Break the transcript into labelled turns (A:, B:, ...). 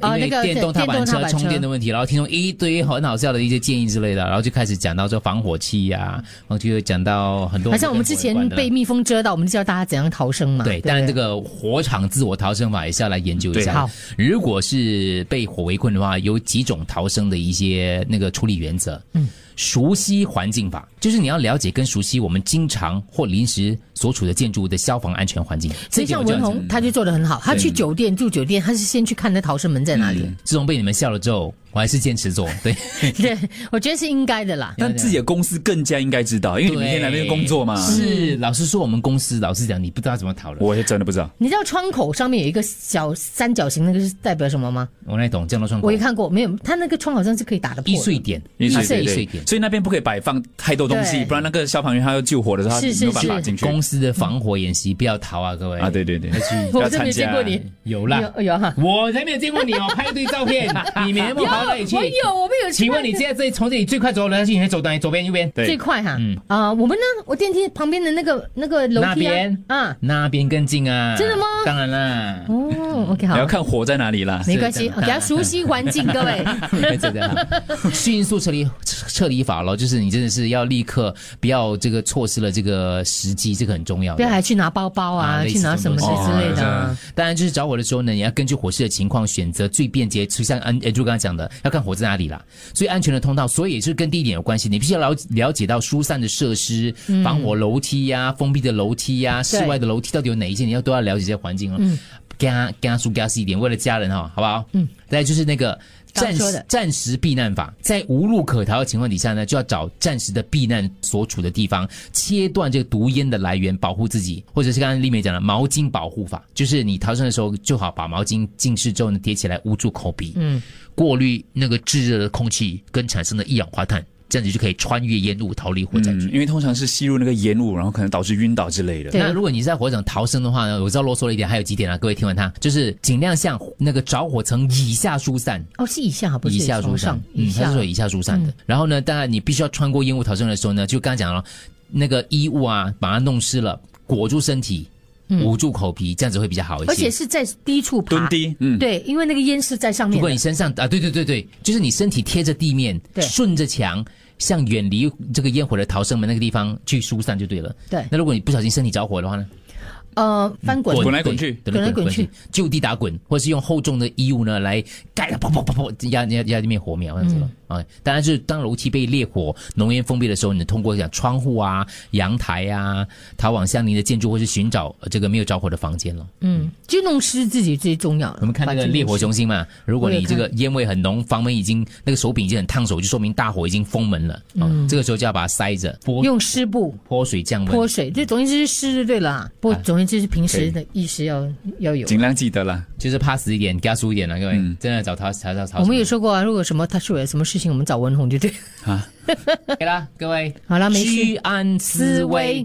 A: 因
B: 呃
A: 为
B: 那个
A: 电动踏板
B: 电动踏
A: 车
B: 板车
A: 充电的问题，然后听众一堆很好笑的一些建议之类的，然后就开始讲到说防火器呀、然后哦就讲到很多
B: 好像我们
A: 跟
B: 之
A: 火有关
B: 前
A: 的
B: 被蜜蜂蛰到，我们就教大家怎样逃生嘛。
A: 对，
B: 不
A: 当然这个火场自我逃生法也是要来研究一
B: 对
A: 下
B: 好。
A: 如果是被火围困的话，有几种逃生的一些那个处理原则。嗯，熟悉环境法，就是你要了解跟熟悉我们经常或临时所处的建筑物的消防安全环境。
B: 所
A: 这
B: 以
A: 点
B: 像
A: 我就
B: 文
A: 很
B: 宏他就做的很好，他去酒店住酒店，他是先去看那逃生门在哪里。
A: 自从被你们笑了之后，我还是坚 持做。对，
B: 对，我觉得是应该的啦。
C: 但自己的公司更加应该知道，因为你每天来那边工作嘛。
A: 是，老实说，我们公司老实讲，你不知道怎么讨论。
C: 我也真的不知道，
B: 你知道窗口上面有一个小三角形，那个是代表什么吗？
A: 我那懂这样的状
B: 我
A: 况
B: 也，看过，没有，他那个窗好像是可以打得破
A: 易
B: 的。
A: 碎点，
C: 易
B: 碎
A: 易碎
C: 对对
A: 点。
C: 所以那边不可以摆放太多东西，
B: 对
C: 不然那个消防员他要救火的时候，他
B: 是是
C: 没有办法
B: 是
C: 进去。
A: 公司的防火演习不要逃啊，各位
C: 啊，对对对，
B: 我真没有见过
C: 要
B: 你
C: 参，
A: 有啦，
B: 有有哈。
A: 我才没有见过你哦，拍一堆照片， 你没那么跑到哪里去？
B: 我有，我们有去看。
A: 请问你现在这里从这里最快走楼下去，你还走哪里？左边、右边？
C: 对
B: 最快哈？啊，我们呢？我电梯旁边的那个那个楼
A: 嗯那
B: 梯啊
A: 边
B: 啊。
A: 那边更近啊！
B: 真的吗
A: 当然啦，
B: 哦，OK，
C: 你
B: 好
C: 要，看火在哪里啦。
B: 没关
A: 是
B: 系，
A: 的
B: 给他熟悉环境，各 位。
A: 这样迅速撤离撤撤离法咯，就是你真的是要立刻不要这个错失了这个时机，这个很重要的。
B: 不要还去拿包包啊，
A: 类似
B: 去拿
A: 这
B: 什么
A: 种
B: 之
A: 东西
B: 之类的啊。
C: 哦
A: 当然，就是找我的时候呢，也要根据火势的情况选择最便捷。就像安 Andrew 刚刚讲的，要看火在哪里啦，最安全的通道。所以也是跟地点有关系，你必须要了了解到疏散的设施、
B: 嗯
A: 防火楼梯呀、封闭的楼梯呀、室外的楼梯到底有哪一些，你要都要了解这些环境哦。
B: 嗯
A: 给他给他输给他一点，为了家人哈，好不好？嗯。再就是那个
B: 刚
A: 暂
B: 说
A: 时
B: 的
A: 暂时避难法，在无路可逃的情况底下呢，就要找暂时的避难所处的地方，切断这个毒烟的来源，保护自己，或者是刚刚丽美讲的毛巾保护法，就是你逃生的时候最好把毛巾浸湿之后呢叠起来捂住口鼻，嗯，过滤那个炙热的空气跟产生的一氧化碳，这样子就可以穿越烟雾逃离火灾区。
C: 嗯，因为通常是吸入那个烟雾，然后可能导致晕倒之类的。
B: 对
A: 那如果你是在火场逃生的话呢，我知道啰嗦了一点，还有几点啊？各位听完它，就是尽量向那个着火层以下疏散，
B: 哦，是以下不是
A: 以下
B: 床
A: 疏
B: 上
A: 散，，
B: 以
A: 嗯，它
B: 下
A: 是。有以下疏散的。然后呢，当然你必须要穿过烟雾逃生的时候呢，就刚刚讲了，那个衣物啊，把它弄湿了，裹住身体，捂住口鼻，这样子会比较好一
B: 嗯
A: 些。
B: 而且是在低处爬，
C: 蹲低，嗯，
B: 对，因为那个烟是在上
A: 如
B: 面
A: 果你
B: 的。
A: 身上啊，对对对对，就是你身体贴着地面，
B: 对
A: 顺着墙，向远离这个烟火的逃生门那个地方去疏散就对了。
B: 对
A: 那如果你不小心身体着火的话呢？
B: 呃，翻滚，
C: 滚来滚去
A: 对
B: 滚来滚去，
A: 就地打滚，或是用厚重的衣物呢来盖了，砰砰砰砰，压压压那面火苗这
B: 嗯
A: 样子了。啊，当然是当楼梯被烈火、浓烟封闭的时候，你通过讲窗户啊、阳台啊，逃往相邻的建筑，或是寻找呃这个没有着火的房间了。
B: 嗯，就弄湿自己最重要了。
A: 我们看那
B: 把
A: 个
B: 自己
A: 烈火
B: 弄湿
A: 雄心嘛，如果
B: 我
A: 你
B: 有
A: 这
B: 看
A: 个烟味很浓，房门已经那个手柄已经很烫手，就说明大火已经封门了。嗯，这个时候就要把它塞着，泼
B: 用湿布
A: 泼水降温
B: 泼。水，就总而言之是湿就对了啊。不，总而言之是平
C: 可
B: 时
C: 以
B: 的意识要要有。
C: 尽量记得啦。
A: 就是怕死一点，加速一点了、各位，
C: 嗯
A: 真的找逃逃逃逃。
B: 我们有说过啊，如果什么他说有什么事情，我们找文红就对。
A: OK 啦，各位，
B: 好了没事
A: 居安思危。